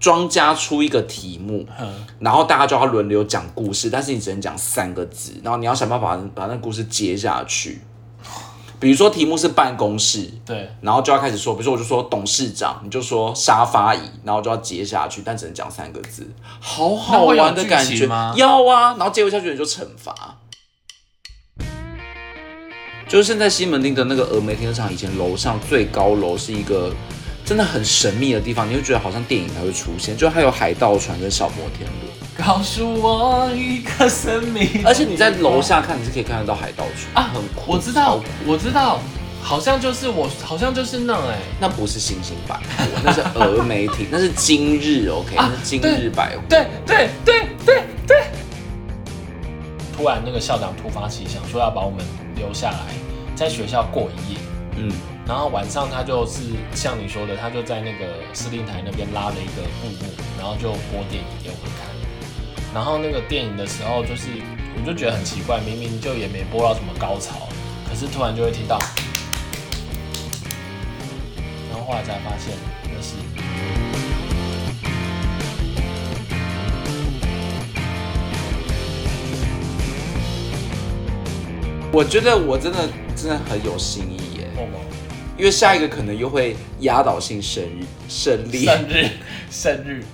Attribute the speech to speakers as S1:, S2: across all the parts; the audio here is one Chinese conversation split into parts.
S1: 庄家出一个题目，
S2: 嗯
S1: 然后大家就要轮流讲故事，但是你只能讲三个字，然后你要想办法把那故事接下去。比如说题目是办公室，
S2: 对，
S1: 然后就要开始说，比如说我就说董事长，你就说沙发椅，然后就要接下去，但只能讲三个字，好好玩的感
S2: 那会有剧
S1: 觉
S2: 情吗
S1: 要啊，然后接不下去你就惩罚。就是现在西门町的那个峨眉停车场，以前楼上最高楼是一个真的很神秘的地方，你会觉得好像电影才会出现，就还有海盗船跟小摩天轮，
S2: 告诉我一个生命。
S1: 而且你在楼下看，你是可以看得到海盗船
S2: 啊
S1: 很酷，
S2: 我知
S1: 超
S2: 道
S1: 酷，
S2: 我知道，好像就是我，好像就是那哎、
S1: 那不是星星百货，那是峨眉亭，那是今日 OK，、
S2: 啊
S1: 那是今日百货。
S2: 对对对对对。突然，那个校长突发奇想，说要把我们留下来，在学校过一夜。
S1: 嗯，
S2: 然后晚上他就是像你说的，他就在那个司令台那边拉了一个布幕，然后就播电影给我们看。然后那个电影的时候，就是我就觉得很奇怪，明明就也没播到什么高潮，可是突然就会听到，然后后来才发现那是
S1: 我觉得我真的真的很有新意耶，
S2: 梦梦
S1: 因为下一个可能又会压倒性胜利胜利，
S2: 生日生日，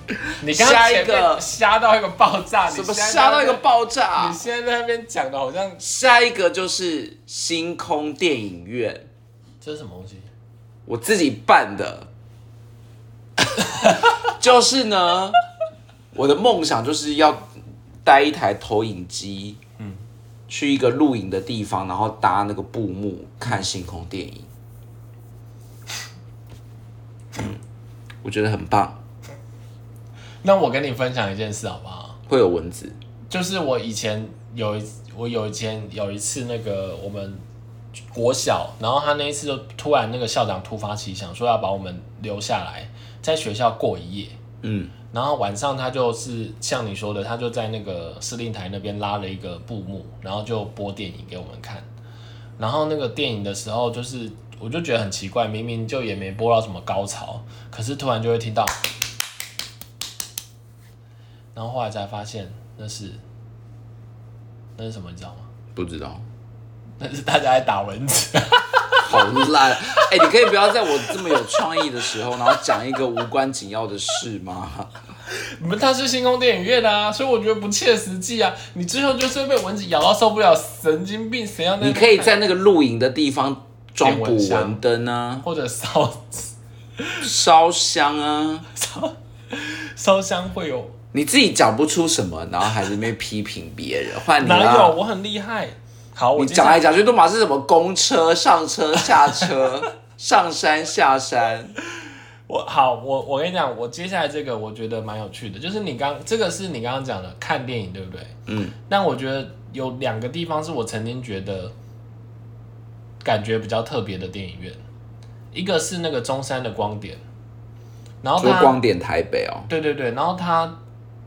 S2: 你刚刚
S1: 下一
S2: 前面
S1: 个
S2: 瞎到一个爆炸，
S1: 什
S2: 你
S1: 么
S2: 现在
S1: 吓到一个爆
S2: 在，
S1: 炸啊
S2: 你？现在在那边讲的好像
S1: 下一个就是星空电影院，
S2: 这是什么东西？
S1: 我自己办的， 就是呢，我的梦想就是要带一台投影机，嗯，去一个露营的地方，然后搭那个布幕看星空电影，嗯，我觉得很棒，
S2: 那我跟你分享一件事好不好？
S1: 会有蚊子，
S2: 就是我以前有一我有以前有一次那个我们国小，然后他那一次就突然那个校长突发奇想说要把我们留下来，在学校过一夜。
S1: 嗯，
S2: 然后晚上他就是像你说的，他就在那个司令台那边拉了一个布幕，然后就播电影给我们看。然后那个电影的时候，就是我就觉得很奇怪，明明就也没播到什么高潮，可是突然就会听到，然后后来才发现那是那是什么，你知道吗？
S1: 不知道。
S2: 那是大家在打蚊子。
S1: 好烂！哎、你可以不要在我这么有创意的时候，然后讲一个无关紧要的事吗？
S2: 你们他是星空电影院的啊，所以我觉得不切实际啊。你最后就是会被蚊子咬到受不了，神经病，谁要那？
S1: 你可以在那个露营的地方装
S2: 点
S1: 捕
S2: 蚊香
S1: 蚊灯啊，
S2: 或者烧
S1: 烧香啊，
S2: 烧烧香会有？
S1: 你自己讲不出什么，然后还在那边批评别人，换你
S2: 哪有？
S1: 啦。
S2: 我很厉害。好，我
S1: 嗯啊你
S2: 接
S1: 讲
S2: 下
S1: 来讲去都马是什么公车、上车、下车、 上山、下山，
S2: 我好，我我跟你讲，我接下来这个我觉得蛮有趣的，就是你刚这个是你刚刚讲的看电影，对不对？
S1: 嗯。
S2: 但我觉得有两个地方是我曾经觉得感觉比较特别的电影院，一个是那个中山的光点，然后
S1: 说
S2: 它
S1: 光点台北哦，
S2: 对对对，然后它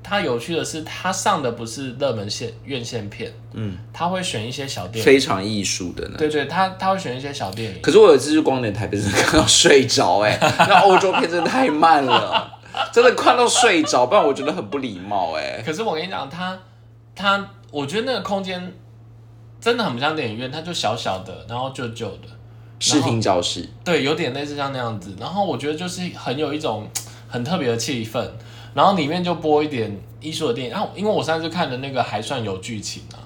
S2: 它有趣的是，它上的不是热门线院线片，
S1: 嗯，
S2: 它会选一些小电影。
S1: 非常艺术的呢。
S2: 对对，它它会选一些小电影。
S1: 可是我有一次去光点台北，真的看到睡着 哎、那欧洲片真的太慢了，真的看到睡着，不然我觉得很不礼貌哎、
S2: 可是我跟你讲，它它，我觉得那个空间真的很不像电影院，它就小小的，然后旧旧的，
S1: 视听教室，
S2: 对，有点类似像那样子。然后我觉得就是很有一种很特别的气氛，然后里面就播一点艺术的电影。然、后因为我上次看的那个还算有剧情啊，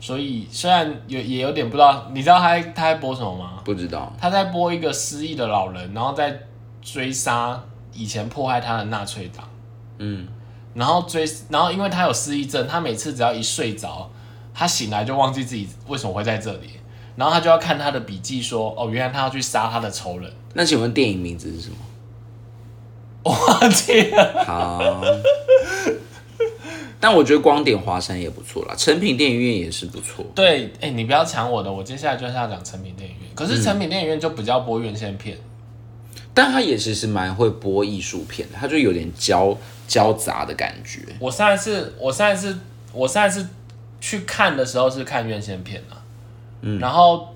S2: 所以虽然有也有点不知道，你知道他在他在播什么吗？
S1: 不知道
S2: 他在播一个失忆的老人，然后在追杀以前迫害他的纳粹党。
S1: 嗯，
S2: 然后追，然后因为他有失忆症，他每次只要一睡着，他醒来就忘记自己为什么会在这里，然后他就要看他的笔记说，哦，原来他要去杀他的仇人，
S1: 那请问电影名字是什么？
S2: 我忘记了。
S1: 好，但我觉得光点华山也不错啦，成品电影院也是不错。
S2: 对，哎，你不要抢我的，我接下来就是要讲成品电影院，可是成品电影院就比较播院线片，
S1: 但它也其实蛮会播艺术片的，它就有点交交杂的感觉。
S2: 我上一次，我上一次，我上一次去看的时候是看院线片啊，嗯，然后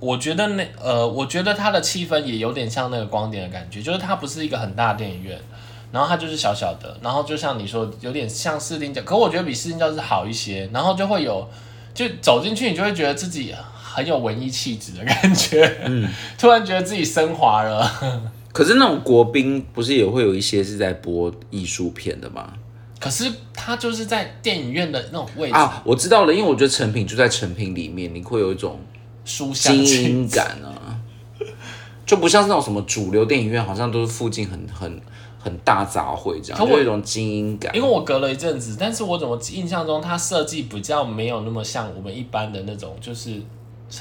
S2: 我觉得那呃，我觉得它的气氛也有点像那个光点的感觉，就是它不是一个很大的电影院，然后它就是小小的，然后就像你说，有点像四丁教，可我觉得比四丁教室好一些，然后就会有，就走进去你就会觉得自己很有文艺气质的感觉，嗯， 突然觉得自己升华了。
S1: 可是那种国宾不是也会有一些是在播艺术片的吗？
S2: 可是它就是在电影院的那种位置，
S1: 啊，我知道了，因为我觉得成品就在成品里面，你会有一种
S2: 书香
S1: 精
S2: 气
S1: 英感啊，就不像是那种什么主流电影院，好像都是附近很很很大杂烩这样，
S2: 可
S1: 就
S2: 我
S1: 有一种精英感
S2: 因。为我隔了一阵子，但是我怎么印象中它设计比较没有那么像我们一般的那种，就是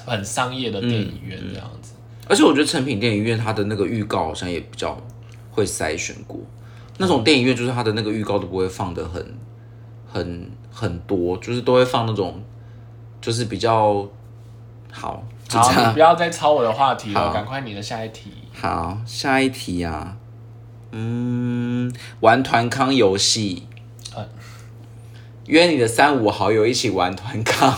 S2: 很商业的电影院这样子。
S1: 而且我觉得成品电影院它的那个预告好像也比较会筛选过，那种电影院就是它的那个预告都不会放的很很很多，就是都会放那种就是比较好，就这
S2: 好，你
S1: 样
S2: 不。要再抄我的话题了，
S1: 好
S2: 赶快你的下一题。
S1: 好，下一题啊，嗯，玩团康游戏
S2: 呃，
S1: 约你的三五好友一起玩团康。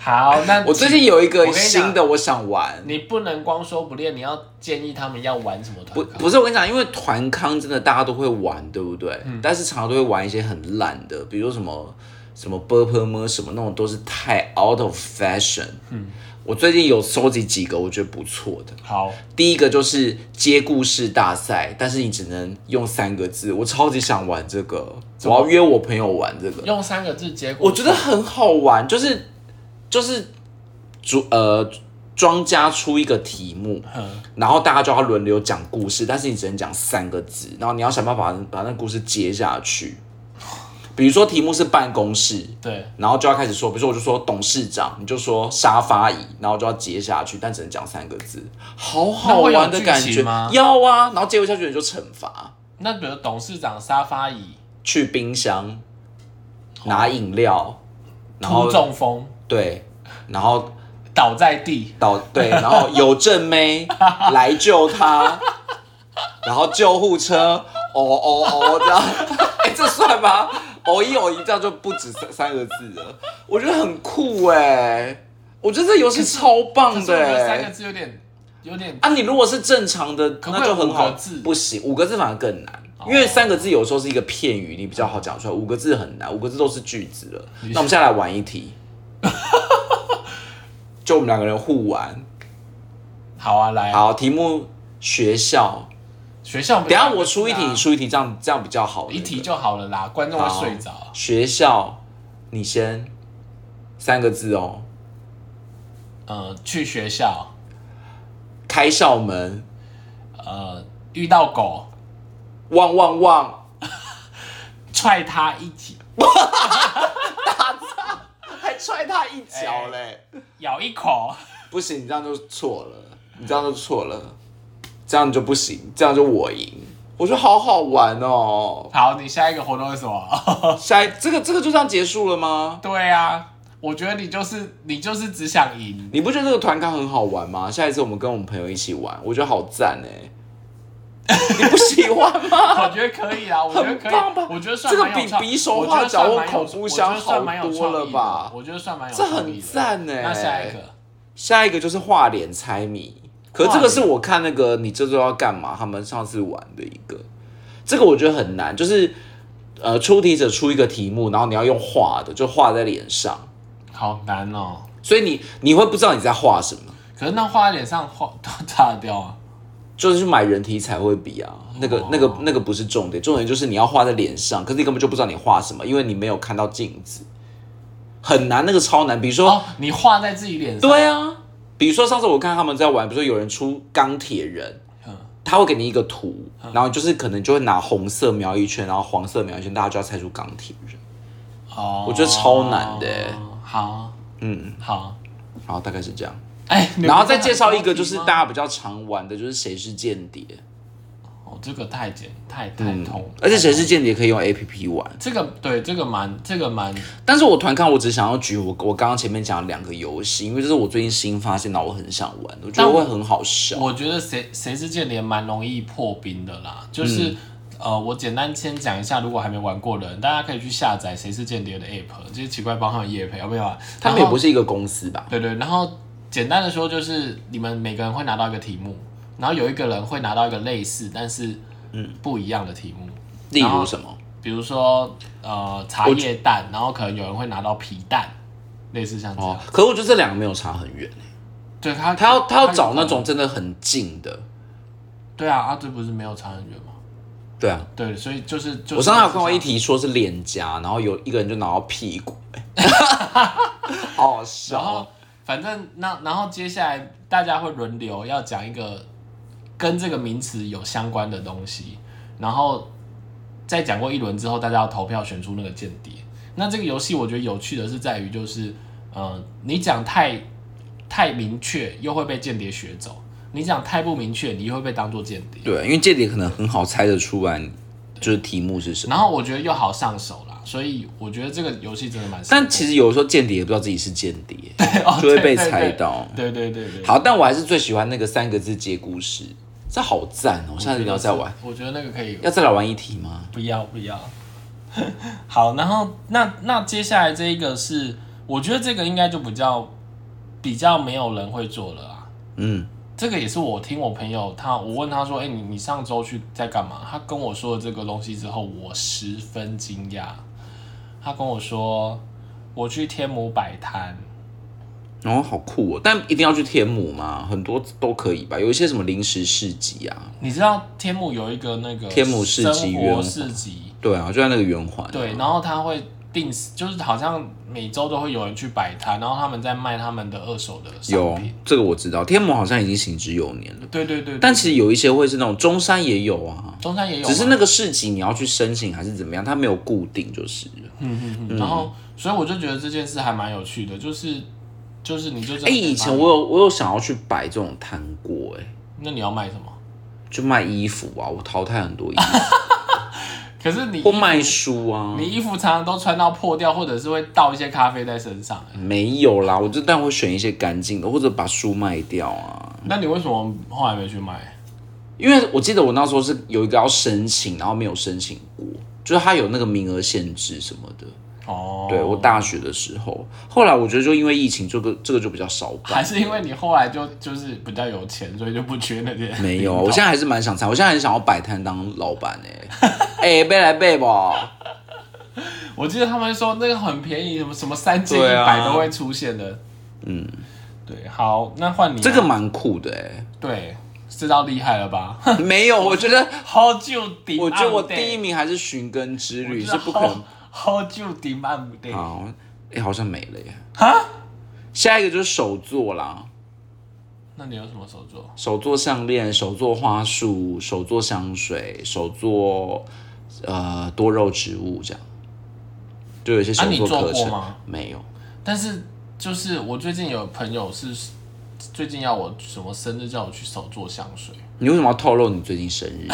S2: 好，那
S1: 我最近有一
S2: 我
S1: 个
S2: 跟你讲
S1: 新的，我想玩。
S2: 你不能光说不练，你要建议他们要玩什么团
S1: 不，
S2: 康
S1: 不是我跟你讲，因为团康真的大家都会玩，对不对？但是常常都会玩一些很烂的，比如什么什么 burp 么什么那种，都是太 out of fashion。我最近有收集几个我觉得不错的，
S2: 好，
S1: 第一个就是接故事大赛，但是你只能用三个字。我超级想玩这个，我要约我朋友玩这个，
S2: 用三个字结果。
S1: 我觉得很好玩，就是就是主呃庄家出一个题目，
S2: 嗯
S1: 然后大家就要轮流讲故事，但是你只能讲三个字，然后你要想办法把那故事接下去。比如说题目是办公室，
S2: 对，
S1: 然后就要开始说，比如说我就说董事长，你就说沙发椅，然后就要接下去，但只能讲三个字，好好玩的感
S2: 那会有剧
S1: 觉
S2: 情吗
S1: 要啊，然后接不下去你就惩罚，
S2: 那比如董事长沙发椅
S1: 去冰箱拿饮料，然
S2: 突
S1: 后
S2: 中风
S1: 对，然后
S2: 倒在地，
S1: 倒对，然后有正妹来救他，然后救护车，哦哦哦，这样， 哎、这算吗？哦一哦一，这样就不止三三个字了，我觉得很酷哎、我觉得这游戏超
S2: 可
S1: 棒
S2: 是
S1: 的、
S2: 我觉得三个
S1: 欸。
S2: 字有点有点
S1: 啊，你如果是正常的，
S2: 可不可以
S1: 那就很
S2: 五
S1: 好
S2: 个字。哦
S1: 不行，五个字反而更难，因为三个字有时候是一个片语，你比较好讲出来。五个字很难，五个字都是句子了。那我们现在来玩一 题，就我们两个人互玩。
S2: 好啊，来
S1: 好，题目学校。
S2: 学校没
S1: 等一
S2: 有
S1: 下
S2: 三个字啊。
S1: 我出一题，你出一题，这样这样比较好。
S2: 一题就好了啦，观众
S1: 好
S2: 会睡着。
S1: 学校，你先三个字哦。
S2: 呃，去学校，
S1: 开校门，
S2: 呃，遇到狗
S1: 汪汪汪，
S2: 踹它一脚，
S1: 还踹他一脚嘞！
S2: 咬一口，
S1: 哎不行，你这样就错了，你这样就错了，这样就不行，这样就我赢。我觉得好好玩哦。
S2: 好，你下一个活动是什么？
S1: 下一这个这个就这样结束了吗？
S2: 对啊，我觉得你就是你就是只想 赢。
S1: 你不觉得这个团康很好玩吗？下一次我们跟我们朋友一起玩，我觉得好赞哎。你不喜欢 吗？
S2: 我觉得可以啊，我觉得可以
S1: 很棒吧，
S2: 我觉得算
S1: 这个
S2: 蛮有
S1: 比
S2: 创
S1: 比手
S2: 我觉
S1: 画
S2: 得
S1: 脚
S2: 算
S1: 或
S2: 蛮有
S1: 口
S2: 我
S1: 不
S2: 觉得
S1: 相
S2: 算
S1: 好
S2: 蛮有
S1: 多
S2: 创
S1: 了
S2: 意的
S1: 吧？
S2: 我觉得算蛮有
S1: 这
S2: 创意
S1: 很
S2: 的。
S1: 赞哎、
S2: 那下一，个，
S1: 下一个就是画脸猜谜。可是这个是我看那个你这周要干嘛？他们上次玩的一个，这个我觉得很难，就是呃，出题者出一个题目，然后你要用画的，就画在脸上，
S2: 好难哦。
S1: 所以你你会不知道你在画什么，
S2: 可是那画在脸上画 都擦得掉啊。
S1: 就是去买人体彩绘笔啊，那个
S2: 哦
S1: 那个那个不是重点，重点就是你要画在脸上，可是你根本就不知道你画什么，因为你没有看到镜子，很难，那个超难。比如说，
S2: 哦，你画在自己脸上。
S1: 对啊，比如说上次我看他们在玩，比如说有人出钢铁人，
S2: 嗯
S1: 他会给你一个图，然后就是可能就会拿红色描一圈，然后黄色描一圈，大家就要猜出钢铁人。
S2: 哦，
S1: 我觉得超难的欸
S2: 好，
S1: 嗯，
S2: 好，
S1: 然后大概是这样，
S2: 哎，你们
S1: 然后再介绍一个就是
S2: 很多
S1: 大
S2: 题吗
S1: 家比较常玩的，就是谁是间谍，
S2: 哦，这个太简太太
S1: 嗯
S2: 痛，，
S1: 而且谁是间谍可以用 A P P 玩。
S2: 这个对这个蛮这个蛮
S1: 但是我团看，我只想要举我我刚刚前面讲的两个游戏，因为这是我最近新发现，然后我很想玩，我觉得
S2: 但我
S1: 会很好笑。
S2: 我觉得谁谁是间谍蛮容易破冰的啦，
S1: 嗯
S2: 就是、呃，我简单先讲一下，如果还没玩过的人，大家可以去下载《谁是间谍》的 app，就是奇怪帮他们夜配，有没有啊？
S1: 他们也
S2: 然后
S1: 不是一个公司吧？
S2: 对对，然后简单的说就是你们每个人会
S1: 嗯
S2: 拿到一个题目，然后有一个人会拿到一个类似但是不一样的题目，
S1: 例如什么？
S2: 比如说呃茶叶蛋，然后可能有人会拿到皮蛋，类似像这样。
S1: 哦，可我觉得这两个没有差很远欸、
S2: 对他，
S1: 他要他要找
S2: 有可
S1: 那
S2: 能
S1: 种真的很近的。
S2: 对啊，啊，这不是没有差很远吗？
S1: 对啊，
S2: 对，所以就是就是
S1: 我上次有看过一题说是脸颊，然后有一个人就拿到屁股，欸 好好笑
S2: 然后
S1: 哦。
S2: 反正那然后接下来大家会轮流要讲一个跟这个名词有相关的东西，然后再讲过一轮之后，大家要投票选出那个间谍。那这个游戏我觉得有趣的是在于，就是呃，你讲太太明确又会被间谍学走，你讲太不明确，你又会被当做间谍。
S1: 对，因为这点可能很好猜得出来，就是题目是什么。
S2: 然后我觉得又好上手啦，所以我觉得这个游戏真的蛮适合我。
S1: 但其实有时候间谍也不知道自己是间谍，
S2: 哦
S1: 就会被
S2: 对对
S1: 猜
S2: 对
S1: 到。
S2: 对对对对，
S1: 好，但我还是最喜欢那个三个字接故事，这好赞哦！
S2: 我
S1: 下次一定要再玩，。
S2: 我觉得那个可以，
S1: 要再来玩一题吗？
S2: 不要不要。 好，然后那那接下来这一个是，我觉得这个应该就比较比较没有人会做了啊。
S1: 嗯，
S2: 这个也是我听我朋友他，我问他说：“哎、你你上周去在干嘛？”他跟我说了这个东西之后，我十分惊讶。他跟我说：“我去天母摆摊。
S1: 然、后好酷哦！但一定要去天母吗？很多都可以吧？有一些什么临时市集啊？”
S2: 你知道天母有一个那个
S1: 天母市集
S2: 生
S1: 圆
S2: 活
S1: 环
S2: 市集，
S1: 对啊，就在那个圆环、
S2: 对，，然后他会定时，就是好像每周都会有人去摆摊，然后他们在卖他们的二手的商
S1: 有
S2: 品。
S1: 这个我知道，天母好像已经行之有年了。
S2: 对对对，
S1: 但其实有一些会是那种中山也有啊，
S2: 中山也有
S1: 只
S2: 吗，
S1: 是那个市集你要去申请还是怎么样，它没有固定就是了。
S2: 嗯然后所以我就觉得这件事还蛮有趣的，就是就是你就哎
S1: 哎、以前我有我有想要去摆这种摊过、哎，
S2: 那你要卖什么？
S1: 就卖衣服啊，我淘汰很多衣 服，
S2: 可是你
S1: 或卖书啊。
S2: 你衣服常常都穿到破掉，或者是会倒一些咖啡在身上、哎
S1: 没有啦，我就但会选一些干净的，或者把书卖掉啊。
S2: 那你为什么后来没去卖？
S1: 因为我记得我那时候是有一个要申请，然后没有申请过，就是它有那个名额限制什么的。
S2: 哦，
S1: 对我大学的时候，后来我觉得就因为疫情，这个这个就比较少办。
S2: 还是因为你后来就就是比较有钱，所以就不缺那些。
S1: 没有，我现在还是蛮想参，我现在很想要摆摊当老板哎、欸，哎、 背来背吧。
S2: 我记得他们说那个很便宜，什么什么三千
S1: 对
S2: 一百
S1: 啊
S2: 都会出现的。嗯，对，好，那换你啊
S1: 这个蛮酷的哎、
S2: 对，这招厉害了吧？
S1: 没有，我觉得，
S2: 好久顶，
S1: 我觉得我第一名还是寻根之旅是不可能
S2: 好久顶按不对，
S1: 好，哎、好像没了耶。哈，下一个就是手作啦，
S2: 那你有什么手作？
S1: 手作项链、手作花束、手作香水、手作呃多肉植物这样，就有一些手
S2: 啊你做
S1: 课程、
S2: 过吗
S1: 没有。
S2: 但是就是我最近有朋友是最近要我什么生日叫我去手做香水，
S1: 你为什么要透露你最近生 日？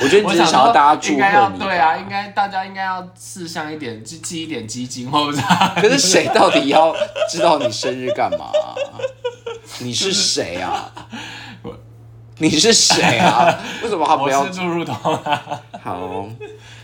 S1: 我觉得你
S2: 我
S1: 只是想
S2: 说
S1: 要大家祝
S2: 应该要
S1: 贺你。
S2: 对啊，应。该大家应该要事项一点，记记一点基金或者啥。
S1: 可是谁到底要知道你生日干嘛、你是谁 啊？你是谁啊？为什么他不
S2: 我
S1: 要
S2: 是注入头 啦，
S1: 好，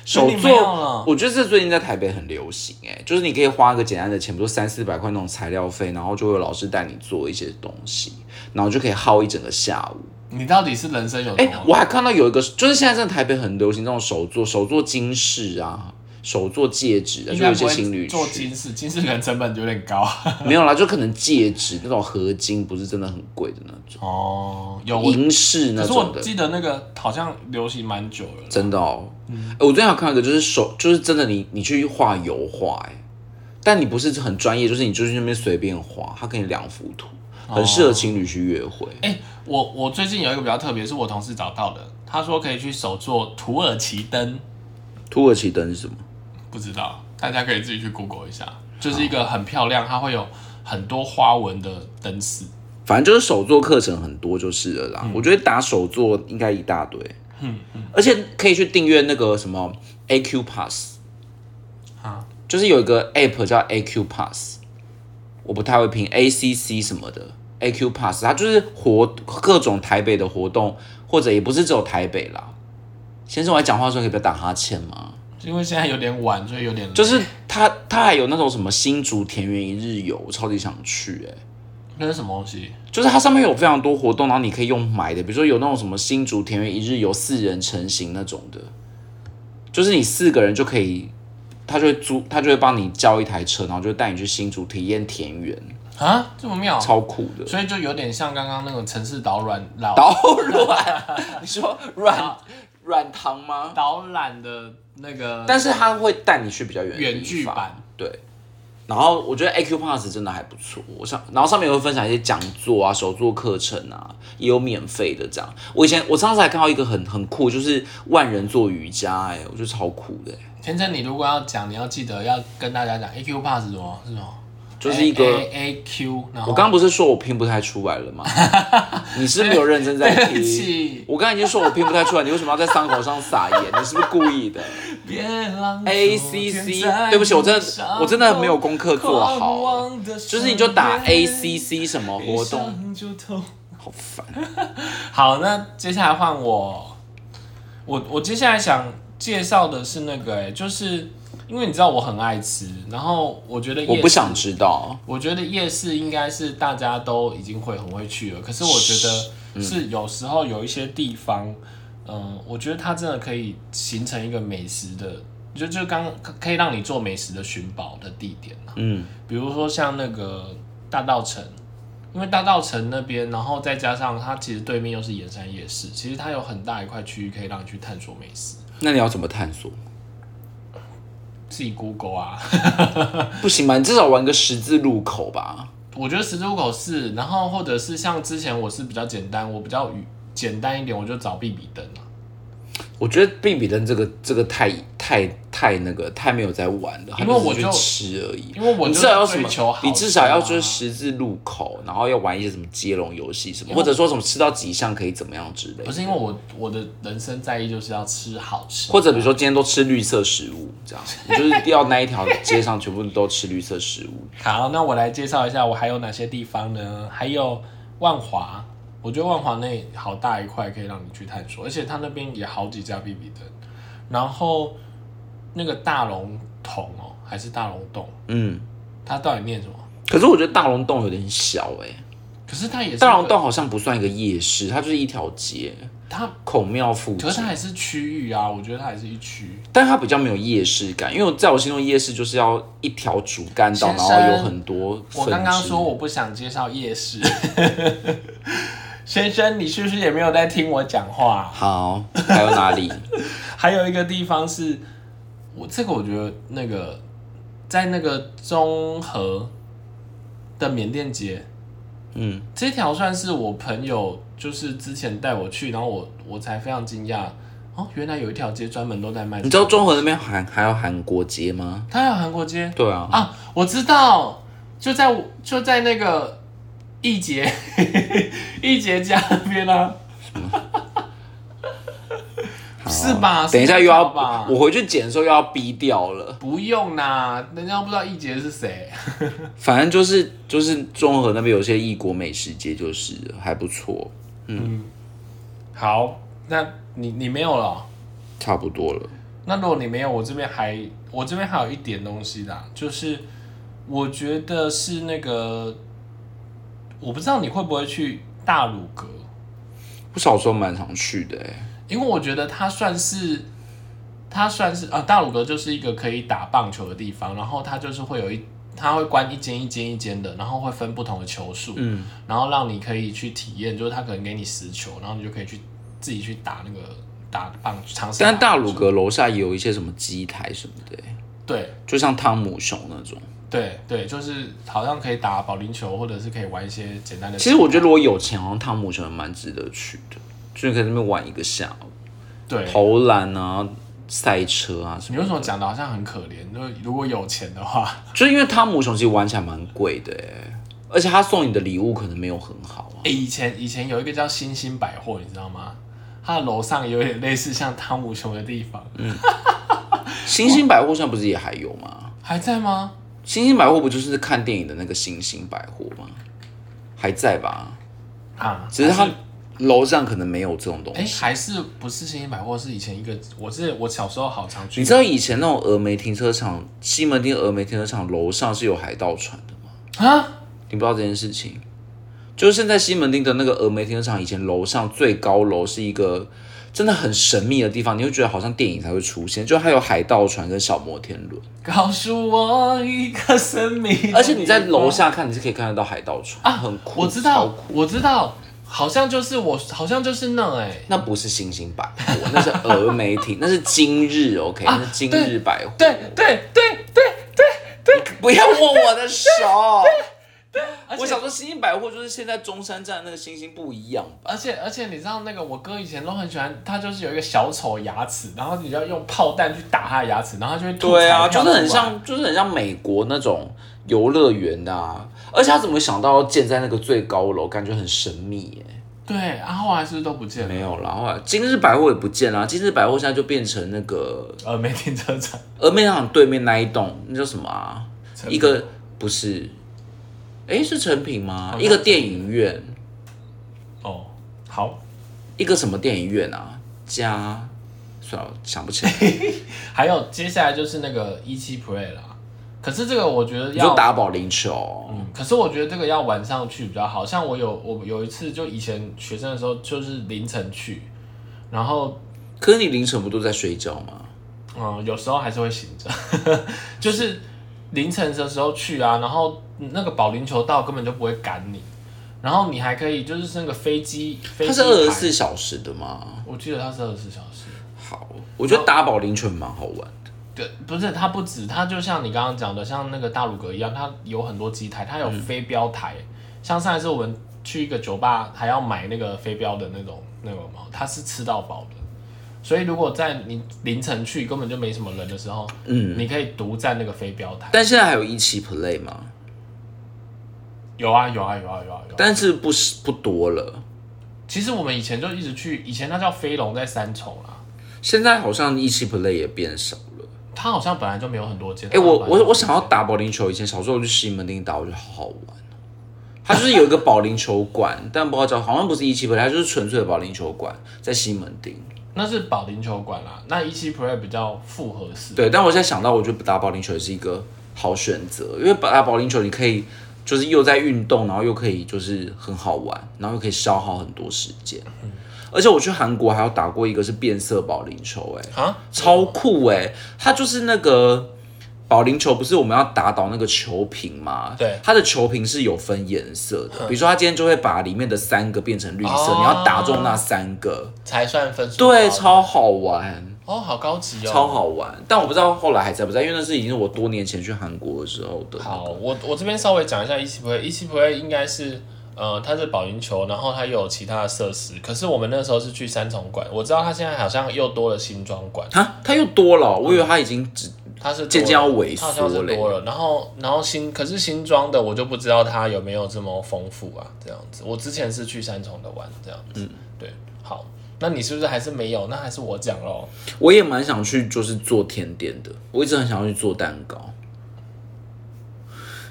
S2: 所
S1: 手
S2: 以你没有
S1: 作
S2: 了，
S1: 我觉得这最近在台北很流行、哎，就是你可以花个简单的钱，比如说三四百块那种材料费，然后就会有老师带你做一些东西，然后就可以耗一整个下午。
S2: 你到底是人生有
S1: 哎、
S2: 多么？
S1: 我还看到有一个，就是现在真的台北很流行这种手作，手作金饰啊，手作戒指啊，
S2: 应
S1: 就有
S2: 该
S1: 一
S2: 不
S1: 些
S2: 会
S1: 情侣
S2: 做
S1: 去
S2: 金饰，金饰可能成本有点高。
S1: 没有啦，就可能戒指那种合金，不是真的很贵的那种，
S2: 哦，有我，
S1: 银饰那
S2: 可是
S1: 种
S2: 我
S1: 的。
S2: 记得那个好像流行蛮久了。
S1: 真的哦，欸我最近有看到一个，就是手，就是真的你你去画油画，哎，但你不是很专业，就是你就去那边随便画，它给你两幅图，很适合情侣去约会。
S2: 哎、我我最近有一个比较特别，是我同事找到的，他说可以去手做土耳其灯，
S1: 土耳其灯是什么？
S2: 不知道大家可以自己去 Google 一下，就是一个很漂亮，它会有很多花纹的灯饰。
S1: 反正就是手作课程很多就是了啦。我觉得打手作应该一大堆，
S2: 嗯
S1: 而且可以去订阅那个什么 AQ Pass，
S2: 啊，
S1: 就是有一个 app 叫 AQ Pass，我不太会拼 A C C 什么的 AQ Pass，它就是活各种台北的活动，或者也不是只有台北啦。先生，我在讲话的时候可以不要打哈欠吗？
S2: 因为现在有点晚，所以有点累
S1: 就是它，它还有那种什么新竹田园一日游，我超级想去哎、
S2: 那是什么东西？
S1: 就是它上面有非常多活动，然后你可以用买的，比如说有那种什么新竹田园一日游四人成行那种的，就是你四个人就可以，他就会租，他就会帮你叫一台车，然后就带你去新竹体验田园，
S2: 啊，这么妙，
S1: 超酷的。
S2: 所以就有点像刚刚那个城市导览导
S1: 导软， 你说软软糖吗？
S2: 导览的那个，
S1: 但是他会带你去比较远的地方
S2: 远距版
S1: 对。然后我觉得 AQ Pass 真的还不错，我上然后上面也会分享一些讲座啊、手作课程啊，也有免费的这样。我以前我上次还看到一个很很酷，就是万人做瑜伽、哎，我觉得超酷的、哎
S2: 天真，你如果要讲，你要记得要跟大家讲 AQ Pass 是什么是什么，
S1: 就是一个
S2: A A Q，然后
S1: 我刚刚不是说我拼不太出来了 吗？你是不是没有认真在
S2: 对不
S1: 听。
S2: 起，
S1: 我刚才已经说我拼不太出来，你为什么要在伤口上撒盐？你是不是故意的？
S2: 别让
S1: A C C，对不起，我真的我真的没有功课做好，就是你就打 A C C 什么活动，
S2: 动。
S1: 好烦。
S2: 好，那接下来换我，我我接下来想介绍的是那个、欸，就是因为你知道我很爱吃，然后我觉得夜市
S1: 我不想知道，
S2: 我觉得夜市应该是大家都已经会很会去了，可是我觉得是有时候有一些地方，嗯、我觉得它真的可以形成一个美食的，就就刚可以让你做美食的寻宝的地点啊。
S1: 嗯，
S2: 比如说像那个大道城，因为大道城那边，然后再加上它其实对面又是盐山夜市，其实它有很大一块区域可以让你去探索美食，
S1: 那你要怎么探索？
S2: 自己 Google 啊。
S1: 不行吧？你至少玩个十字路口吧。
S2: 我觉得十字路口是，然后或者是像之前我是比较简单，我比较与简单一点，我就找避比灯啊。
S1: 我觉得比比登这个这个太太太那个太没有在玩了，
S2: 因为我
S1: 他
S2: 就
S1: 们只是去吃而已。
S2: 因为我就
S1: 你至少要什
S2: 追求
S1: 么
S2: 好？吃啊
S1: 你至少要就是十字路口，然后要玩一些什么接龙游戏什么，或者说什么吃到几项可以怎么样之类
S2: 不
S1: 的。
S2: 是因为我我的人生在意就是要吃好吃，
S1: 或者比如说今天都吃绿色食物，这样 你就是要那一条街上全部都吃绿色食物。
S2: 好，那我来介绍一下我还有哪些地方呢？还有万华，我觉得万华那好大一块可以让你去探索，而且它那边也好几家比比灯，然后那个大龙洞哦，还是大龙洞，
S1: 嗯，
S2: 它到底念什么？
S1: 可是我觉得大龙洞有点小哎、
S2: 可是它也是
S1: 大龙
S2: 洞，
S1: 洞好像不算一个夜市，它就是一条街，
S2: 它
S1: 孔庙附
S2: 可
S1: 近
S2: 是，它还是区域啊，我觉得它还是一区。
S1: 但它比较没有夜市感，因为在我心中夜市就是要一条主干道，然
S2: 先生
S1: 后有很多分支。
S2: 我刚刚说我不想介绍夜市， 先生，你是不是也没有在听我讲话、
S1: 好，还有哪里？
S2: 还有一个地方是，我这个我觉得那个在那个中和的缅甸街
S1: 嗯，
S2: 这条算是我朋友就是之前带我去，然后我我才非常惊讶哦，原来有一条街专门都在卖这个。
S1: 你知道中和那边韩还有韩国街吗？
S2: 它有韩国街
S1: 对啊，
S2: 啊，我知道，就在我就在那个易杰 易杰家那边啊。
S1: 嗯好
S2: 是吧
S1: 等一下
S2: 是
S1: 又要
S2: 吧
S1: 我回去剪的时候又要逼掉了。
S2: 不用啦，人家都不知道易杰是谁。
S1: 反正就是就是中和那边有些异国美食街，就是了还不错，嗯
S2: 好，那你你没有了哦、
S1: 差不多了。
S2: 那如果你没有，我这边还我这边还有一点东西啦，就是我觉得是那个，我不知道你会不会去大鲁阁，
S1: 我小时候蛮常去的、欸，
S2: 因为我觉得它算是它算是啊、大鲁阁就是一个可以打棒球的地方，然后它就是会有一它会关一间一间一间的，然后会分不同的球数，
S1: 嗯，
S2: 然后让你可以去体验，就是它可能给你十球，然后你就可以去自己去打那个打棒尝试打
S1: 但
S2: 棒球。
S1: 大鲁阁楼下也有一些什么机台什么的、欸，
S2: 对。
S1: 就像汤姆熊那种。
S2: 对对，就是好像可以打保龄球，或者是可以玩一些简单的。
S1: 其实我觉得如果有钱，好像汤姆熊也蛮值得去的，就是可以在那边玩一个下午，
S2: 对，
S1: 投篮啊、赛车啊什
S2: 你
S1: 么。
S2: 为什么讲的好像很可怜？就是如果有钱的话，
S1: 就是因为汤姆熊其实玩起来蛮贵的、欸，而且他送你的礼物可能没有很好啊。
S2: 诶以前以前有一个叫星星百货，你知道吗？它的楼上有点类似像汤姆熊的地方，
S1: 星星百货现在不是也还有吗？
S2: 还在吗？
S1: 星星百货不就是看电影的那个星星百货吗？还在吧？
S2: 啊，
S1: 只是
S2: 还哎
S1: 它楼上可能没有这种东
S2: 诶
S1: 西。
S2: 还是不是星星百货？是以前一个，我是我小时候好常去。
S1: 你知道以前那种峨眉停车场，西门町峨眉停车场楼上是有海盗船的吗？
S2: 啊？
S1: 你不知道这件事情？就是现在西门町的那个峨眉停车场，以前楼上最高楼是一个真的很神秘的地方，你会觉得好像电影才会出现，就还有海盗船跟小摩天轮，
S2: 告诉我一个神秘。
S1: 而且你在楼，下看，你是可以看得到海盗船
S2: 啊
S1: 很酷，
S2: 我知
S1: 超
S2: 道
S1: 酷，
S2: 我知道，好像就是我，好像就是那哎、
S1: 那不是星星百货，那是 峨眉亭，那是今日 OK，、
S2: 啊
S1: 那是今日百货。
S2: 对对对对对对，
S1: 不要握我的手。
S2: 而且
S1: 我想说，星星百货就是现在中山站那个星星不一样吧？
S2: 而且而且你知道那个我哥以前都很喜欢，他就是有一个小丑牙齿，然后你就要用炮弹去打他的牙齿，然后他就会吐
S1: 对啊，
S2: 彩票
S1: 就是很
S2: 出来
S1: 像，就是很像美国那种游乐园啊。而且他怎么会想到要建在那个最高楼，感觉很神秘耶、
S2: 对，然、后后来是不是都不见了？
S1: 没有啦，后来今日百货也不见啦，今日百货现在就变成那个
S2: 呃，没停车场，
S1: 峨眉厂对面那一栋，那叫什么啊？
S2: 成品
S1: 一个不是，哎、是成品吗
S2: 好？像
S1: 一个电影院，
S2: 哦，好，
S1: 一个什么电影院啊？加，算了，想不 起来。
S2: 还有接下来就是那个 E 一期 play 啦，啊可是这个我觉得
S1: 你说
S2: 要
S1: 打保龄球，
S2: 嗯，可是我觉得这个要晚上去比较好。像我有我有一次就以前学生的时候，就是凌晨去，然后
S1: 可是你凌晨不都在睡觉吗？
S2: 嗯，有时候还是会醒着， 就是凌晨的时候去啊，然后那个保龄球道根本就不会赶你，然后你还可以就是那个飞机，飞
S1: 它
S2: 机
S1: 是二十
S2: 牌
S1: 四，小时的吗？
S2: 我记得它是二十四小时。
S1: 好，我觉得打保龄球蛮好玩的。
S2: 对，不是它不止，它就像你刚刚讲的，像那个大鲁阁一样，它有很多机台，它有飞镖台。像上一次我们去一个酒吧，还要买那个飞镖的那种那种嘛，它是吃到饱的。所以如果在你凌晨去根本就没什么人的时候，
S1: 嗯，
S2: 你可以独占那个飞镖台。
S1: 但现在还有一期 play 吗？
S2: 有啊有啊有啊有啊有啊。
S1: 但是不是不多了。
S2: 其实我们以前就一直去，以前它叫飞龙在三重啦，
S1: 现在好像一期 play 也变少了。
S2: 它好像本来就没有很多间。
S1: 哎、我
S2: 它本来就
S1: 我我想要打保龄球，以前小时候去西门町打，我觉得好好玩哦。它就是有一个保龄球馆，但不知道叫，好像不是一期 play，它就是纯粹的保龄球馆，在西门町。
S2: 那是保龄球馆啦，那一期 play 比较复合式。
S1: 对，但我现在想到，我觉得打保龄球也是一个好选择，因为打保龄球你可以就是又在运动，然后又可以就是很好玩，然后又可以消耗很多时间。而且我去韩国还有打过一个是变色保龄球、哎，
S2: 啊，
S1: 超酷哎、它就是那个。保龄球不是我们要打倒那个球瓶吗？
S2: 对
S1: 它的球瓶是有分颜色的，比如说它今天就会把里面的三个变成绿色，
S2: 哦
S1: 你要打中那三个，
S2: 才算分数高。
S1: 对，超好玩。
S2: 哦，好高级哦，
S1: 超。好玩，但我不知道后来还在不在，因为那是已经是我多年前去韩国的时候的。
S2: 好，我我这边稍微讲一下一七 play，一七 play 应该是。呃，它是保龄球，然后它有其他的设施。可是我们那时候是去三重馆，我知道它现在好像又多了新庄馆，
S1: 啊，它又多了，我以为它已经只
S2: 它是多了
S1: 渐渐要萎
S2: 它好像
S1: 缩
S2: 是
S1: 嘞
S2: 多了。然后，然后新可是新庄的我就不知道它有没有这么丰富啊，这样子。我之前是去三重的玩这样子，
S1: 嗯
S2: 对，好，那你是不是还是没有？那还是我讲喽。
S1: 我也蛮想去，就是做甜点的，我一直很想要去做蛋糕。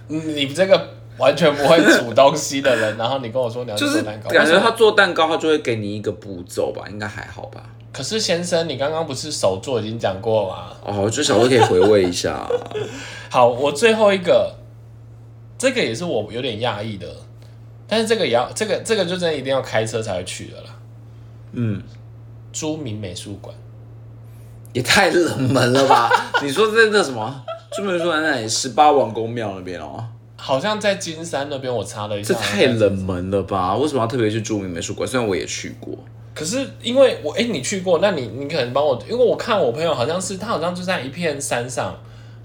S2: 你你这个完全不会煮东西的人，然后你跟我说你要去
S1: 就
S2: 做
S1: 是
S2: 蛋糕，
S1: 感
S2: 为什
S1: 觉
S2: 么
S1: 他做蛋糕，他就会给你一个步骤吧，应该还好吧。
S2: 可是先生，你刚刚不是手作已经讲过吗？
S1: 哦，我觉得小时候可以回味一 下。
S2: 好，我最后一个，这个也是我有点讶异的，但是这个也要，这个这个就真的一定要开车才会去的啦。
S1: 嗯，
S2: 朱明美术馆，
S1: 也太冷门了 吧？你说在那什么？专门说在那里十八王公庙那边哦，
S2: 好像在金山那边，我查了一
S1: 这
S2: 下，
S1: 太。冷门了吧？为什么要特别去著名美术馆？虽然我也去过。
S2: 可是因为我哎、你去过，那你你可能帮我，因为我看我朋友好像是他好像就在一片山上，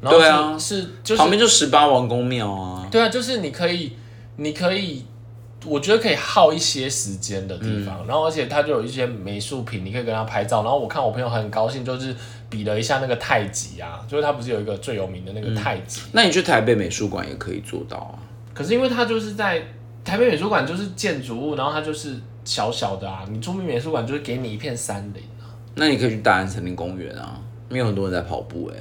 S2: 然后是
S1: 对啊
S2: 是就是
S1: 旁边就十八王公庙啊。
S2: 对啊，就是你可以，你可以，我觉得可以耗一些时间的地
S1: 嗯
S2: 方，然后而且它就有一些美术品，你可以跟他拍照。然后我看我朋友很高兴，就是比了一下那个太极啊，就是他不是有一个最有名的那
S1: 嗯
S2: 个太极，
S1: 那你去台北美术馆也可以做到啊。
S2: 可是因为它就是在台北美术馆就是建筑物，然后它就是小小的啊，你著名美术馆就是给你一片山林啊。
S1: 那你可以去大安森林公园啊，因为有很多人在跑步哎、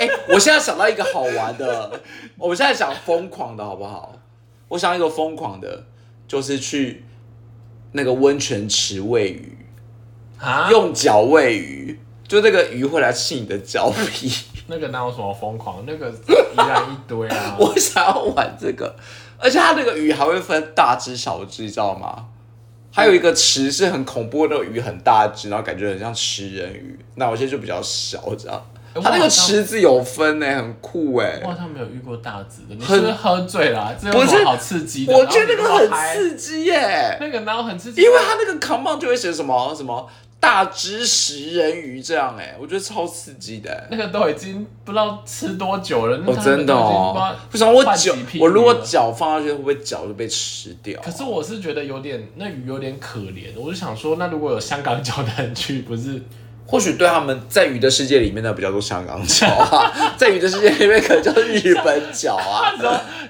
S1: 哎、我现在想到一个好玩的，我现在想疯狂的好不好？我想一个疯狂的，就是去那个温泉池喂鱼，
S2: 啊，
S1: 用脚喂鱼，就那个鱼会来吃你的脚皮。
S2: 那个哪有什么疯狂？那个依然一堆啊
S1: 。我想要玩这个，而且它那个鱼还会分大只小只，你知道吗？还有一个池是很恐怖的那种鱼，很大只，然后感觉很像食人鱼。那我现在就比较小，这样。
S2: 哎我
S1: 它那个
S2: 好像
S1: 池子有分呢、很酷哎、
S2: 我好像没有遇过大紫的，你是不是喝醉了、啊？这有
S1: 不
S2: 什
S1: 是
S2: 么好刺激的？
S1: 我觉得那
S2: 然后
S1: 个
S2: 你那么嗨
S1: 很，刺激耶、
S2: 那个哪有很刺激？
S1: 因为它那个 command 就会写什么什么大只食人鱼这样哎、我觉得超刺激的、欸。
S2: 那个都已经不知道吃多久了，那
S1: 哦，
S2: 他们
S1: 真的
S2: 都已
S1: 哦
S2: 经，
S1: 不想我
S2: 换
S1: 脚
S2: 几批，
S1: 我如果
S2: 鱼了
S1: 脚放下去，会不会脚就被吃掉？
S2: 可是我是觉得有点那鱼有点可怜，我就想说，那如果有香港脚的人去，不是
S1: 或许对他们在鱼的世界里面呢，比较多香港脚啊， 在鱼的世界里面可能就是日本脚啊。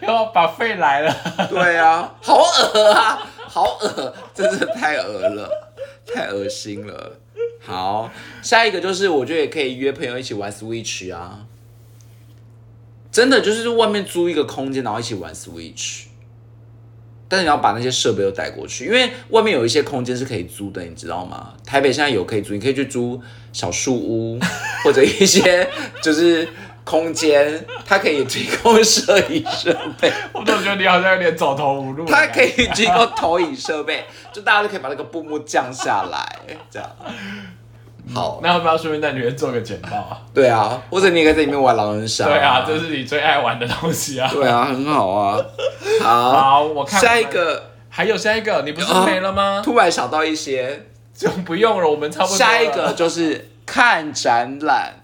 S2: 要把肺来了？
S1: 对啊，好恶啊，好恶，真是太恶了，太恶心了。好，下一个就是我觉得也可以约朋友一起玩 Switch 啊，真的就是外面租一个空间，然后一起玩 Switch。但是你要把那些设备都带过去，因为外面有一些空间是可以租的，你知道吗？台北现在有可以租，你可以去租小树屋 或者一些就是空间，它可以提供 摄影设备。
S2: 我总觉得你好像有点走投无路。
S1: 它可以提供投影设备， 就大家都可以把那个布幕降下来，这样。好，
S2: 那要不要顺便在里面做个简报啊？
S1: 对啊，或者你也可以在里面玩狼人杀、
S2: 对啊，这是你最爱玩的东西啊。
S1: 对啊，很好啊。好，
S2: 好，我看
S1: 下一，个，
S2: 还有下一个，你不是
S1: 啊
S2: 没了吗？
S1: 突然想到一些，
S2: 就不用了，我们差不多了。
S1: 下一个就是看展览。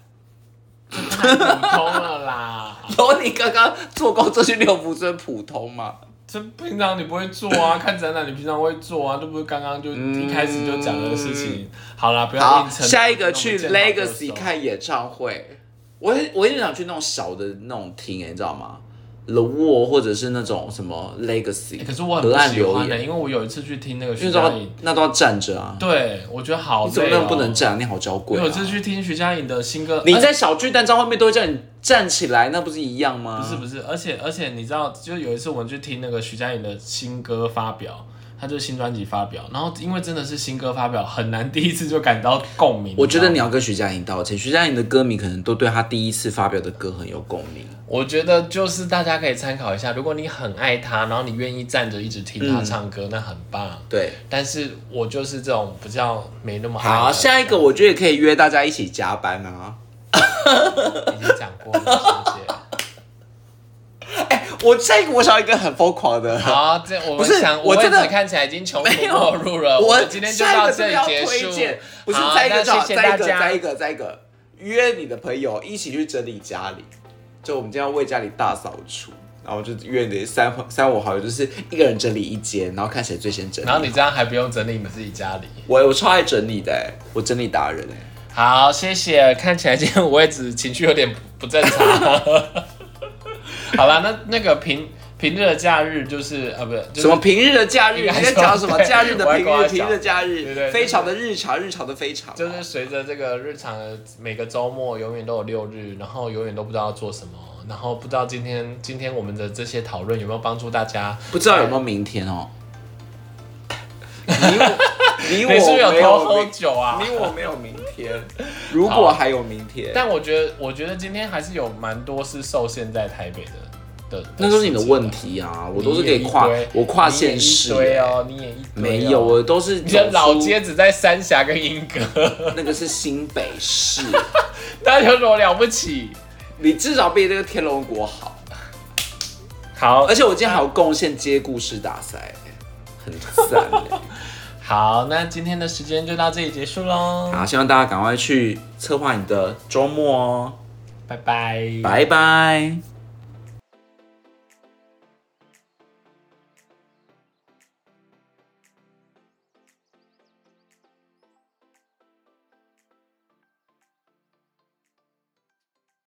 S2: 太普通了啦，
S1: 有你刚刚坐公车去六福村普通吗？
S2: 这平常你不会做 啊，看展览你平常会做啊，这不是刚刚就一开始就讲的事情。好啦，不
S1: 嗯
S2: 要
S1: 好，
S2: 硬撑。
S1: 下一个去
S2: 我们见好就
S1: Legacy
S2: 收。
S1: 看演唱会，我很我一直想去那种小的那种厅、欸，你知道吗？The Wall 或者是那种什么 Legacy，、
S2: 欸可是我很
S1: 河
S2: 不
S1: 岸
S2: 喜
S1: 留
S2: 欢的、
S1: 言，
S2: 因为我有一次去听那个
S1: 因
S2: 徐
S1: 为都
S2: 佳
S1: 要
S2: 莹，
S1: 那都要站着啊，
S2: 对我觉得好
S1: 你
S2: 累、哦。
S1: 怎么那么不能？站？你好娇
S2: 我
S1: 贵、
S2: 有一
S1: 啊！
S2: 次去听徐佳莹的新歌，
S1: 你
S2: 而
S1: 在小巨蛋张惠妹都会叫你站起来，那不是一样吗？
S2: 不是不是，而且而且你知道，就是有一次我们去听那个徐佳莹的新歌发表，她就是新专辑发表，然后因为真的是新歌发表，很难第一次就感到共鸣。
S1: 我觉得
S2: 你
S1: 你
S2: 知道吗，
S1: 要跟徐佳莹道歉，徐佳莹的歌迷可能都对她第一次发表的歌很有共鸣。
S2: 我觉得就是大家可以参考一下，如果你很爱她，然后你愿意站着一直听她唱歌，那很棒。
S1: 对，
S2: 但是我就是这种比较没那么爱
S1: 好，
S2: 的
S1: 下一个我觉得也可以约大家一起加班啊。
S2: 已经讲过了，谢谢。
S1: 哎我这个我想要一个很疯狂的，
S2: 好，这我
S1: 不
S2: 们
S1: 是
S2: 想，
S1: 我
S2: 为
S1: 真的
S2: 此看起来已经穷途
S1: 没有
S2: 末路了。
S1: 我
S2: 呃们今天就到这里
S1: 下一
S2: 结
S1: 个真的要推
S2: 束
S1: 荐。不是
S2: 好
S1: 再一个就
S2: 那
S1: 好，
S2: 谢谢
S1: 再
S2: 大
S1: 一个，再一
S2: 家。
S1: 个，再一个，约你的朋友一起去整理家里。就我们今天要为家里大扫除，然后就约你的三三五好友，就是一个人整理一间，然后看谁最先整理
S2: 然。后你这样还不用整理你们自己家里。
S1: 我我超爱整理的、欸，我整理达人哎、
S2: 好，谢谢。看起来今天我也只情绪有点不正常。好啦，那那个平平日的假日就是啊，不是、就是、
S1: 什么平日的假日？你
S2: 应该
S1: 在讲什么？
S2: 说
S1: 假日的平
S2: 我还
S1: 日，
S2: 跟他讲
S1: 平日的假
S2: 对对
S1: 日，非常的日常，日常的非常。啊
S2: 就是随着这个日常的每个周末，永远都有六日，然后永远都不知道要做什么，然后不知道今天今天我们的这些讨论有没有帮助大家。
S1: 不知道有没有明天 哦。你我
S2: 你
S1: 你
S2: 是不
S1: 我
S2: 是有
S1: 没
S2: 偷
S1: 有
S2: 喝
S1: 明
S2: 酒啊？
S1: 你我没有明天， 如果还有明天，
S2: 但我觉得，我觉得今天还是有蛮多是受限在台北的的。
S1: 那都是你的问
S2: 事
S1: 题啊！
S2: 情啊，
S1: 我都是可以跨
S2: 你也一堆，
S1: 我跨县市、
S2: 你也一堆
S1: 欸
S2: 哦，你也一堆哦
S1: 没有，，我都是
S2: 你的
S1: 走
S2: 老
S1: 出
S2: 街只在三峡跟莺歌，
S1: 那个是新北市，
S2: 大家有什么了不起？
S1: 你至少比那个天龙国好。
S2: 好
S1: 而且我今天还有贡献接故事大赛、欸很赞、 欸。
S2: 好，那今天的时间就到这里结束喽，
S1: 好，希望大家赶快去策划你的周末哦，
S2: 拜拜，
S1: 拜拜。